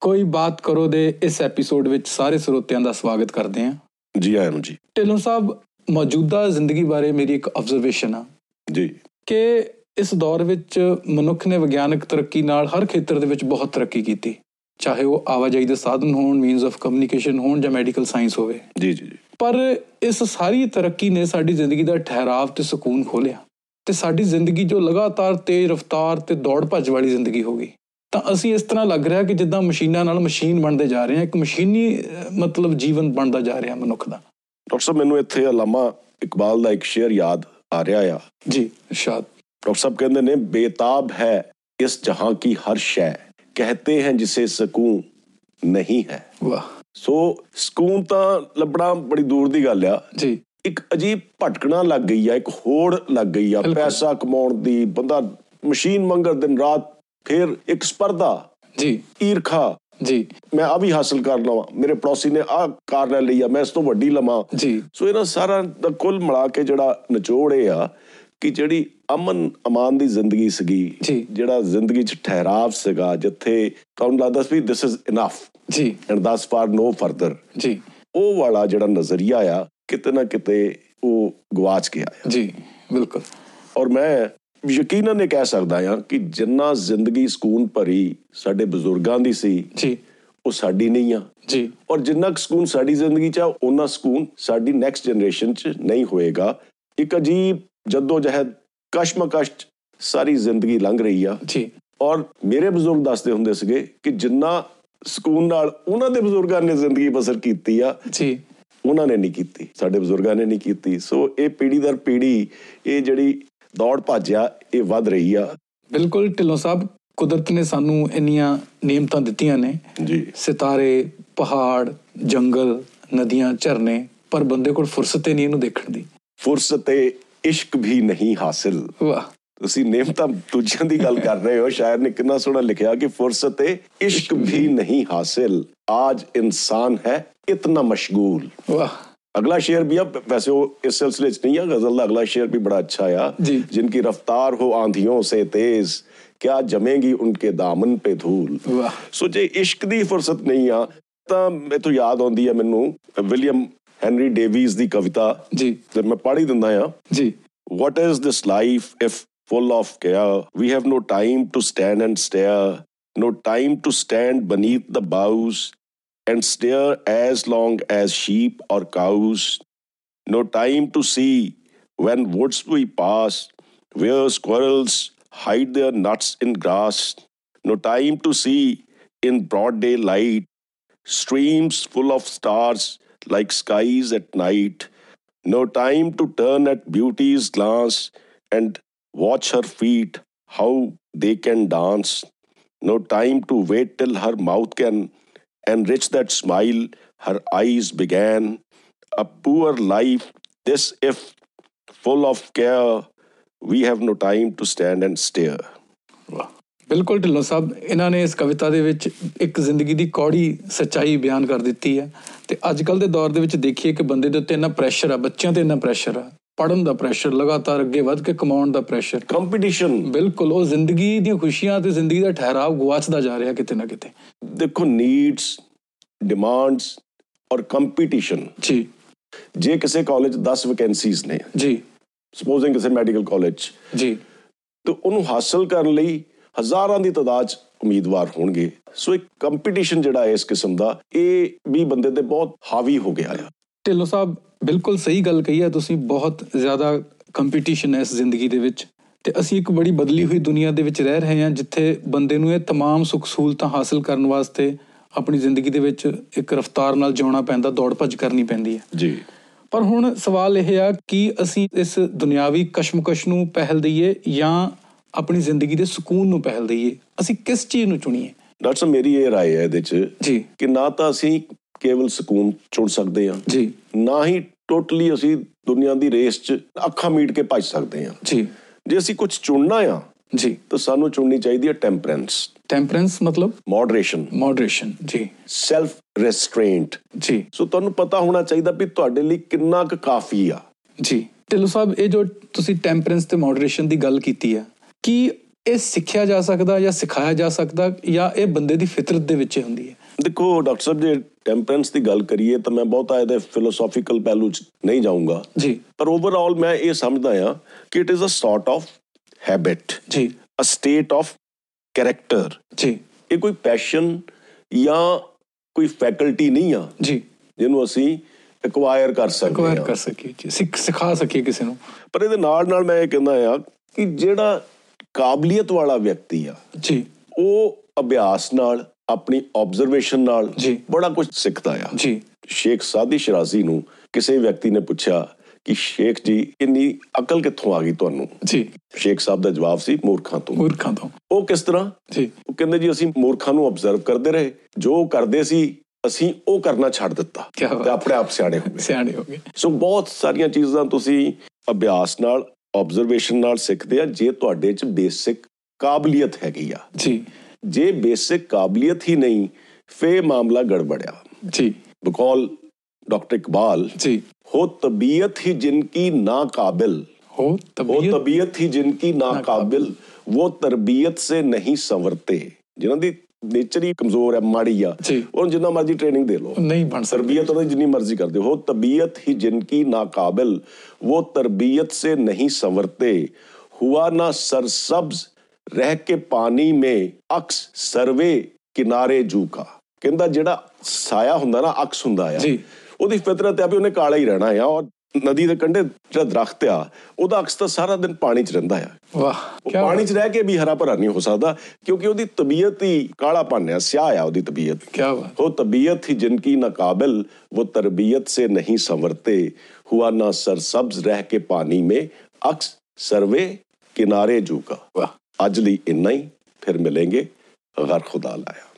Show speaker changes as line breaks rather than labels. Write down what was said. ਕੋਈ ਬਾਤ ਕਰੋ ਦੇ ਇਸ ਐਪੀਸੋਡ ਵਿੱਚ ਸਾਰੇ ਸਰੋਤਿਆਂ ਦਾ ਸਵਾਗਤ ਕਰਦੇ ਹਾਂ
ਜੀ ਆਇਆਂ ਨੂੰ ਜੀ
ਢਿੱਲੋਂ ਸਾਹਿਬ ਮੌਜੂਦਾ ਜ਼ਿੰਦਗੀ ਬਾਰੇ ਮੇਰੀ ਇੱਕ ਆਬਜ਼ਰਵੇਸ਼ਨ ਆ
ਜੀ
ਕਿ ਇਸ ਦੌਰ ਵਿੱਚ ਮਨੁੱਖ ਨੇ ਵਿਗਿਆਨਕ ਤਰੱਕੀ ਨਾਲ ਹਰ ਖੇਤਰ ਦੇ ਵਿੱਚ ਬਹੁਤ ਤਰੱਕੀ ਕੀਤੀ ਚਾਹੇ ਉਹ ਆਵਾਜਾਈ ਦੇ ਸਾਧਨ ਹੋਣ ਮੀਨਸ ਆਫ ਕਮਿਊਨੀਕੇਸ਼ਨ ਹੋਣ ਜਾਂ ਮੈਡੀਕਲ ਸਾਇੰਸ ਹੋਵੇ
ਜੀ ਜੀ ਜੀ।
ਪਰ ਇਸ ਸਾਰੀ ਤਰੱਕੀ ਨੇ ਸਾਡੀ ਜ਼ਿੰਦਗੀ ਦਾ ਠਹਿਰਾਵ ਤੇ ਸਕੂਨ ਖੋਲਿਆ ਤੇ ਸਾਡੀ ਜ਼ਿੰਦਗੀ ਜੋ ਲਗਾਤਾਰ ਤੇਜ਼ ਰਫ਼ਤਾਰ ਤੇ ਦੌੜ ਭੱਜ ਵਾਲੀ ਜ਼ਿੰਦਗੀ ਹੋ ਗਈ ਤਾਂ ਅਸੀਂ ਇਸ ਤਰ੍ਹਾਂ ਲੱਗ ਰਿਹਾ ਕਿ ਜਿੱਦਾਂ ਮਸ਼ੀਨਾਂ ਨਾਲ ਮਸ਼ੀਨ ਬਣਦੇ ਜਾ ਰਹੇ ਹਾਂ ਇੱਕ ਮਸ਼ੀਨੀ ਅਹ, ਮਤਲਬ ਜੀਵਨ ਬਣਦਾ ਜਾ ਰਿਹਾ ਮਨੁੱਖ ਦਾ
ਡਾਕਟਰ ਸਾਹਿਬ ਮੈਨੂੰ ਇੱਥੇ ਅਲਾਮਾ ਇਕਬਾਲ ਦਾ ਇੱਕ ਸ਼ੇਰ ਯਾਦ ਆ ਰਿਹਾ ਆ
ਜੀ ਇਰਸ਼ਾਦ
ਡਾਕਟਰ ਸਾਹਿਬ ਕਹਿੰਦੇ ਨੇ ਬੇਤਾਬ ਹੈ ਇਸ ਜਹਾਂ ਕੀ ਹਰ ਸ਼ੈ ਕਹਤੇ ਹੈ ਜਿਸੇ ਸਕੂਨ ਨਹੀਂ ਹੈ
ਵਾਹ
ਸੋ ਸਕੂਨ ਤਾਂ ਲੱਭਣਾ ਬੜੀ ਦੂਰ ਦੀ ਗੱਲ ਆ
ਜੀ
ਇੱਕ ਅਜੀਬ ਭਟਕਣਾ ਲੱਗ ਗਈ ਆ ਇੱਕ ਹੋੜ ਲੱਗ ਗਈ ਆ
ਬਿਲਕੁਲ।
ਪੈਸਾ ਕਮਾਉਣ ਦੀ ਬੰਦਾ ਮਸ਼ੀਨ ਮੰਗਰ ਦਿਨ ਰਾਤ ਫਿਰ ਇੱਕ ਸਪਰਧਾ
ਜੀ
ਈਰਖਾ
ਜੀ
ਮੈਂ ਆ ਵੀ ਹਾਸਲ ਕਰ ਲਵਾਂ ਮੇਰੇ ਪੜੋਸੀ ਨੇ ਆ ਕਾਰ ਲੈ ਲਈ ਆ ਮੈਂ ਇਸ ਤੋਂ ਵੱਡੀ ਲਵਾਂ
ਜੀ
ਸੋ ਇਹਨਾਂ ਸਾਰਾ ਦਾ ਕੁੱਲ ਮਿਲਾ ਕੇ ਜਿਹੜਾ ਨਿਚੋੜ ਇਹ ਆ ਕਿ ਜਿਹੜੀ ਅਮਨ ਅਮਾਨ ਦੀ ਜ਼ਿੰਦਗੀ ਸੀਗੀ
ਜੀ।
ਜਿਹੜਾ ਜ਼ਿੰਦਗੀ 'ਚ ਠਹਿਰਾਵ ਸੀਗਾ ਜਿੱਥੇ ਤੁਹਾਨੂੰ ਲੱਗਦਾ ਸੀ ਦਿਸ ਇਜ਼ ਇਨਫ
ਜੀ
and thus far no further
ਜੀ
ਉਹ ਵਾਲਾ ਜਿਹੜਾ ਨਜ਼ਰੀਆ ਆ ਕਿਤੇ ਨਾ ਕਿਤੇ ਉਹ ਗਵਾਚ ਗਿਆ ਆ
ਜੀ ਬਿਲਕੁਲ
ਔਰ ਮੈਂ ਯਕੀਨਨ ਇਹ ਕਹਿ ਸਕਦਾ ਆ ਕਿ ਜਿੰਨਾ ਜ਼ਿੰਦਗੀ ਸਕੂਨ ਭਰੀ ਸਾਡੇ ਬਜ਼ੁਰਗਾਂ ਦੀ ਸੀ
ਜੀ
ਉਹ ਸਾਡੀ ਨਹੀਂ ਆ
ਜੀ
ਔਰ ਜਿੰਨਾ ਕੁ ਸਕੂਨ ਸਾਡੀ ਜ਼ਿੰਦਗੀ 'ਚ ਆ ਉਹਨਾਂ ਸਕੂਨ ਸਾਡੀ ਨੈਕਸਟ ਜਨਰੇਸ਼ਨ 'ਚ ਨਹੀਂ ਹੋਏਗਾ ਇੱਕ ਅਜੀਬ ਜੱਦੋ ਜਹਿਦ ਕਸ਼ਮਕਸ਼ 'ਚ ਸਾਰੀ ਜ਼ਿੰਦਗੀ ਲੰਘ ਰਹੀ ਆ
ਜੀ
ਔਰ ਮੇਰੇ ਬਜ਼ੁਰਗ ਦੱਸਦੇ ਹੁੰਦੇ ਸੀਗੇ ਕਿ ਜਿੰਨਾ ਸਕੂਨ ਨਾਲ ਉਹਨਾਂ ਦੇ ਬਜ਼ੁਰਗਾਂ ਨੇ ਜ਼ਿੰਦਗੀ ਬਸਰ ਕੀਤੀ ਆ
ਜੀ
ਉਹਨਾਂ ਨੇ ਨਹੀਂ ਕੀਤੀ ਸਾਡੇ ਬਜ਼ੁਰਗਾਂ ਨੇ ਨਹੀਂ ਕੀਤੀ ਸੋ ਇਹ ਪੀੜੀ ਦਰ ਪੀੜੀ ਇਹ ਜਿਹੜੀ ਦੌੜ ਭਾਜਿਆ ਇਹ ਵੱਧ ਰਹੀ ਆ
ਬਿਲਕੁਲ ਢਿੱਲੋਂ ਸਾਹਿਬ ਕੁਦਰਤ ਨੇ ਸਾਨੂੰ ਇੰਨੀਆਂ ਨਿਯਮਤਾਂ ਦਿੱਤੀਆਂ ਨੇ
ਜੀ
ਸਿਤਾਰੇ ਪਹਾੜ ਜੰਗਲ ਨਦੀਆਂ ਝਰਨੇ ਪਰ ਬੰਦੇ ਕੋਲ ਫੁਰਸਤ ਹੀ ਨਹੀਂ ਇਹਨੂੰ ਦੇਖਣ ਦੀ
ਫੁਰਸਤ ਤੇ ਇਸ਼ਕ ਵੀ ਨਹੀਂ ਹਾਸਿਲ
ਵਾਹ
ਤੁਸੀਂ ਨੇਮਤਾਂ ਦੂਜਿਆਂ ਦੀ ਗੱਲ ਕਰ ਰਹੇ ਹੋ ਸ਼ਾਇਰ ਨੇ ਕਿੰਨਾ ਸੋਹਣਾ ਲਿਖਿਆ ਕਿ ਫੁਰਸਤ ਏ ਇਸ਼ਕ ਵੀ ਨਹੀਂ ਹਾਸਿਲ ਆਜ ਇਨਸਾਨ ਹੈ ਇਤਨਾ ਮਸ਼ਗੂਲ
ਵਾਹ
ਅਗਲਾ ਸ਼ੇਰ ਵੀ ਆ ਵੈਸੇ ਉਹ ਇਸ ਸਿਲਸਿਲੇ 'ਚ ਨਹੀਂ ਆ ਗਜ਼ਲ ਦਾ ਅਗਲਾ ਸ਼ੇਰ ਵੀ ਬੜਾ ਅੱਛਾ ਆ
ਜੀ।
ਜਿਨਕੀ ਰਫਤਾਰ ਹੋ ਆਂਧੀਆਂ ਸੇ ਤੇਜ਼ ਕਿਆ ਜਮੇਗੀ ਉਨਕੇ ਦਾਮਨ ਪੇ ਧੂਲ
ਵਾਹ
ਸੋ ਜੇ ਇਸ਼ਕ ਦੀ ਫੁਰਸਤ ਨਹੀਂ ਆ ਤਾਂ ਮੈਨੂੰ ਯਾਦ ਆਉਂਦੀ ਆ ਮੈਨੂੰ ਵਿਲੀਅਮ ਹੈਨਰੀ ਡੇਵੀਜ਼ ਦੀ ਕਵਿਤਾ
ਜੀ
ਤੇ ਮੈਂ ਪੜ੍ਹ ਹੀ ਦਿੰਦਾ ਆ
ਜੀ
What is this life if full of care? We have no time to stand and stare, no time to stand beneath the boughs and stare as long as sheep or cows, no time to see when woods we pass, where squirrels hide their nuts in grass, no time to see in broad daylight streams full of stars like skies at night no time to turn at beauty's glance and watch her feet, how they can dance. No time to wait till her mouth can enrich that smile her eyes began. A poor life, this if full of care, we have no time to stand and stare.
ਵਾਹ ਬਿਲਕੁਲ ਢਿੱਲੋਂ ਸਾਹਿਬ ਇਹਨਾਂ ਨੇ ਇਸ ਕਵਿਤਾ ਦੇ ਵਿੱਚ ਇੱਕ ਜ਼ਿੰਦਗੀ ਦੀ ਕੌੜੀ ਸੱਚਾਈ ਬਿਆਨ ਕਰ ਦਿੱਤੀ ਹੈ ਤੇ ਅੱਜ ਕੱਲ ਦੇ ਦੌਰ ਦੇ ਵਿੱਚ ਦੇਖੀਏ ਕਿ ਬੰਦੇ ਦੇ ਉੱਤੇ ਇੰਨਾ ਪ੍ਰੈਸ਼ਰ ਆ ਬੱਚਿਆਂ ਤੇ ਇੰਨਾ ਪ੍ਰੈਸ਼ਰ ਆ ਪੜਨ ਦਾ ਪ੍ਰੈਸ਼ਰ ਲਗਾਤਾਰ ਅੱਗੇ ਵੱਧ ਕੇ ਕਮਾਉਣ ਦਾ ਪ੍ਰੈਸ਼ਰ
Competition
ਬਿਲਕੁਲ ਉਹ ਜ਼ਿੰਦਗੀ ਦੀਆਂ ਖੁਸ਼ੀਆਂ ਤੇ ਜ਼ਿੰਦਗੀ ਦਾ ਠਹਿਰਾਵ ਗੁਆਚਦਾ ਜਾ ਰਿਹਾ ਕਿਤੇ ਨਾ ਕਿਤੇ
ਦੇਖੋ ਨੀਡਸ ਡਿਮਾਂਡਸ ਔਰ ਕੰਪੀਟੀਸ਼ਨ
ਜੀ
ਜੇ ਕਿਸੇ ਕਾਲਜ 10 ਵੈਕੈਂਸੀਜ਼ ਨੇ
ਜੀ
ਸਪੋਜ਼ਿੰਗ ਕਿਸੇ ਮੈਡੀਕਲ ਕਾਲਜ
ਜੀ
ਤੇ ਉਹਨੂੰ ਹਾਸਲ ਕਰਨ ਲਈ ਹਜ਼ਾਰਾਂ ਦੀ ਤਾਦਾਦ 'ਚ ਉਮੀਦਵਾਰ ਹੋਣਗੇ ਸੋ ਇੱਕ ਕੰਪੀਟੀਸ਼ਨ ਜਿਹੜਾ ਹੈ ਇਸ ਕਿਸਮ ਦਾ ਇਹ ਵੀ ਬੰਦੇ ਤੇ ਬਹੁਤ ਹਾਵੀ ਹੋ ਗਿਆ ਆ
ਢਿੱਲੋਂ ਸਾਹਿਬ ਬਿਲਕੁਲ ਸਹੀ ਗੱਲ ਕਹੀ ਹੈ ਤੁਸੀਂ ਬਹੁਤ ਜ਼ਿਆਦਾ ਕੰਪੀਟੀਸ਼ਨ ਹੈ ਇਸ ਜ਼ਿੰਦਗੀ ਦੇ ਵਿੱਚ ਤੇ ਅਸੀਂ ਇੱਕ ਬੜੀ ਬਦਲੀ ਹੋਈ ਦੁਨੀਆ ਦੇ ਵਿੱਚ ਰਹਿ ਰਹੇ ਹਾਂ ਜਿੱਥੇ ਬੰਦੇ ਨੂੰ ਇਹ तमाम ਸੁੱਖ ਸਹੂਲਤਾਂ ਹਾਸਲ ਕਰਨ ਵਾਸਤੇ ਆਪਣੀ ਜ਼ਿੰਦਗੀ ਦੇ ਵਿੱਚ ਇੱਕ ਰਫ਼ਤਾਰ ਨਾਲ ਜਿਉਣਾ ਪੈਂਦਾ ਦੌੜ ਭੱਜ ਕਰਨੀ ਪੈਂਦੀ ਹੈ
ਜੀ
ਪਰ ਹੁਣ ਸਵਾਲ ਇਹ ਆ ਕਿ ਅਸੀਂ ਇਸ ਦੁਨਿਆਵੀ ਕਸ਼ਮਕਸ਼ ਨੂੰ ਪਹਿਲ ਦਈਏ ਜਾਂ ਆਪਣੀ ਜ਼ਿੰਦਗੀ ਦੇ ਸਕੂਨ ਨੂੰ ਪਹਿਲ ਦਈਏ ਅਸੀਂ ਕਿਸ ਚੀਜ਼ ਨੂੰ ਚੁਣੀਏ
ਡਾਕਟਰ ਸਾਹਿਬ ਮੇਰੀ ਇਹ رائے ਹੈ ਇਹਦੇ 'ਚ
ਜੀ
ਕਿ ਨਾ ਤਾਂ ਅਸੀਂ ਕੇਵਲ ਸਕੂਨ ਚੁਣ ਸਕਦੇ ਹਾਂ
ਜੀ
ਨਾ ਹੀ ਟੋਟਲੀ ਅਸੀਂ ਦੁਨੀਆ ਦੀ ਰੇਸ 'ਚ ਅੱਖਾਂ ਮੀਟ ਕੇ ਭੱਜ ਸਕਦੇ ਹਾਂ
ਜੀ
ਜੇ ਅਸੀਂ ਕੁਝ ਚੁਣਨਾ ਆ
ਜੀ
ਤਾਂ ਸਾਨੂੰ ਚੁਣਨੀ ਚਾਹੀਦੀ ਹੈ ਟੈਂਪਰੈਂਸ
ਟੈਂਪਰੈਂਸ ਮਤਲਬ
ਮੋਡਰੇਸ਼ਨ
ਮੋਡਰੇਸ਼ਨ ਜੀ
ਸੈਲਫ ਰੈਸਟ੍ਰੇਂਟ
ਜੀ
ਸੋ ਤੁਹਾਨੂੰ ਪਤਾ ਹੋਣਾ ਚਾਹੀਦਾ ਵੀ ਤੁਹਾਡੇ ਲਈ ਕਿੰਨਾ ਕੁ ਕਾਫੀ ਆ
ਜੀ ਢਿੱਲੋਂ ਸਾਹਿਬ ਇਹ ਜੋ ਤੁਸੀਂ ਟੈਂਪਰੈਂਸ ਤੇ ਮੋਡਰੇਸ਼ਨ ਦੀ ਗੱਲ ਕੀਤੀ ਆ ਕੀ ਇਹ ਸਿੱਖਿਆ ਜਾ ਸਕਦਾ ਜਾਂ ਸਿਖਾਇਆ ਜਾ ਸਕਦਾ ਜਾਂ ਇਹ ਬੰਦੇ ਦੀ ਫਿਤਰਤ ਦੇ ਵਿੱਚ ਹੀ ਹੁੰਦੀ ਹੈ
ਦੇਖੋ ਡਾਕਟਰ ਸਾਹਿਬ ਜੇ ਟੈਂਪਰੈਂਸ ਦੀ ਗੱਲ ਕਰੀਏ ਤਾਂ ਮੈਂ ਬਹੁਤਾ ਇਹਦੇ ਫਿਲੋਸੋਫੀਕਲ ਪਹਿਲੂ 'ਚ ਨਹੀਂ ਜਾਊਂਗਾ
ਜੀ
ਪਰ ਓਵਰਆਲ ਮੈਂ ਇਹ ਸਮਝਦਾ ਹਾਂ ਕਿ it is a sort of habit
ਜੀ
ਅ ਸਟੇਟ ਆਫ ਕੈਰੈਕਟਰ
ਜੀ
ਇਹ ਕੋਈ ਪੈਸ਼ਨ ਜਾਂ ਕੋਈ ਫੈਕਲਟੀ ਨਹੀਂ ਆ
ਜੀ
ਜਿਹਨੂੰ ਅਸੀਂ ਐਕਵਾਇਰ ਕਰ ਸਕਦੇ
ਅਕਵਾਇਰ
ਹਾਂ
ਕਰ ਸਕੀਏ ਜੀ ਸਿੱਖ ਸਿਖਾ ਸਕੀਏ ਕਿਸੇ ਨੂੰ
ਪਰ ਇਹਦੇ ਨਾਲ ਨਾਲ ਮੈਂ ਇਹ ਕਹਿੰਦਾ ਆ ਕਿ ਜਿਹੜਾ ਕਾਬਲੀਅਤ ਵਾਲਾ ਵਿਅਕਤੀ ਆ
ਜੀ
ਉਹ ਅਭਿਆਸ ਨਾਲ ਆਪਣੀ ਆਬਜ਼ਰਵੇਸ਼ਨ ਨਾਲ
ਜੀ।
ਬੜਾ ਕੁਝ ਸਿੱਖਦਾ ਆ
ਜੀ
ਸ਼ੇਖ ਸਾਦੀ ਸ਼ਰਾਜ਼ੀ ਨੂੰ ਕਿਸੇ ਵਿਅਕਤੀ ਨੇ ਪੁੱਛਿਆ ਕਿ ਸ਼ੇਖ ਜੀ ਇੰਨੀ ਅਕਲ ਕਿੱਥੋਂ ਆ ਗਈ ਤੁਹਾਨੂੰ
ਜੀ
ਸ਼ੇਖ ਸਾਹਿਬ ਦਾ ਜਵਾਬ ਸੀ ਮੂਰਖਾਂ ਤੋਂ
ਮੂਰਖਾਂ ਤੋਂ
ਉਹ ਕਿਸ ਤਰ੍ਹਾਂ
ਜੀ
ਉਹ ਕਹਿੰਦੇ ਜੀ ਅਸੀਂ ਮੂਰਖਾਂ ਨੂੰ ਆਬਜ਼ਰਵ ਕਰਦੇ ਰਹੇ ਜੋ ਉਹ ਕਰਦੇ ਸੀ ਅਸੀਂ ਉਹ ਕਰਨਾ ਛੱਡ ਦਿੱਤਾ
ਕਿਆ ਬਾਤ।
ਤੇ ਆਪਣੇ ਆਪ ਸਿਆਣੇ ਹੋ ਗਏ
ਸਿਆਣੇ ਹੋ ਗਏ
ਸੋ ਬਹੁਤ ਸਾਰੀਆਂ ਚੀਜ਼ਾਂ ਤੁਸੀਂ ਅਭਿਆਸ ਨਾਲ ਆਬਜ਼ਰਵੇਸ਼ਨ ਨਾਲ ਸਿੱਖਦੇ ਆ ਜੇ ਤੁਹਾਡੇ 'ਚ ਬੇਸਿਕ ਕਾਬਲੀਅਤ ਹੈਗੀ ਆ
ਜੀ
ਜੇ ਬੇਸਿਕ ਕਾਬਲੀਅਤ ਹੀ ਨਹੀਂ ਫੇ ਮਾਮਲਾ ਗੜਬੜਿਆ
ਜੀ
ਬਕੌਲ ਡਾਕਟਰ ਇਕਬਾਲ
ਜੀ
ਹੋ ਤਬੀਅਤ ਹੀ ਜਿਨਕੀ ਨਾ ਕਾਬਿਲ
ਹੋ
वो
ਤਬੀਅਤ
तबीयत ही जिनकी नाकाबिल वो तरबियत से नहीं संवरते ਜਿਨ੍ਹਾਂ ਦੀ ਨੇਚਰ ਹੀ ਕਮਜ਼ੋਰ ਹੈ ਮਾੜੀ ਆ
ਜੀ।
ਉਹਨੂੰ ਜਿੰਨਾ ਮਰਜ਼ੀ ਟ੍ਰੇਨਿੰਗ ਦੇ ਲਓ
ਨਹੀਂ ਬਣ ਸਕਦੀ
ਤਰਬੀਅਤ ਉਹਦੀ ਜਿੰਨੀ ਮਰਜ਼ੀ ਕਰਦੇ ਹੋ ਤਬੀਅਤ ਹੀ ਜਿਨਕੀ ਨਾਕਾਬਿਲ वो तरबियत से नहीं संवरते हुआ ना सरसब्ज रह के पानी में अक्स सर्वे किनारे जू का ਕਹਿੰਦਾ ਜਿਹੜਾ ਸਾਇਆ ਹੁੰਦਾ ਨਾ ਅਕਸ ਹੁੰਦਾ ਆ
ਜੀ।
ਉਹਦੀ ਫਿਤਰਤ ਆ ਵੀ ਉਹਨੇ ਕਾਲਾ ਹੀ ਰਹਿਣਾ ਆ ਔਰ ਨਦੀ ਦੇ ਕੰਢੇ ਜਿਹੜਾ ਦਰਖਤ ਆ ਉਹਦਾ ਅਕਸ ਤਾਂ ਸਾਰਾ ਦਿਨ ਪਾਣੀ 'ਚ ਰਹਿੰਦਾ ਆ
ਵਾਹ
ਉਹ
ਕਿਆ
ਪਾਣੀ 'ਚ ਰਹਿ ਕੇ ਵੀ ਹਰਾ ਭਰਾ ਨਹੀਂ ਹੋ ਸਕਦਾ ਕਿਉਂਕਿ ਉਹਦੀ ਤਬੀਅਤ ਹੀ ਕਾਲਾ ਆ ਸਿਆਹ ਆ ਉਹਦੀ ਤਬੀਅਤ
ਕਿਆ ਬਾਤ
हो तबीयत ही जिनकी ना काबिल वो तरबियत से नहीं संवरते हुआ ना सरसब्ज रह के पानी में अक्स सर्वे किनारे जूका
ਵਾਹ
आज ली इन्ना ही फिर मिलेंगे गैर खुदा लाया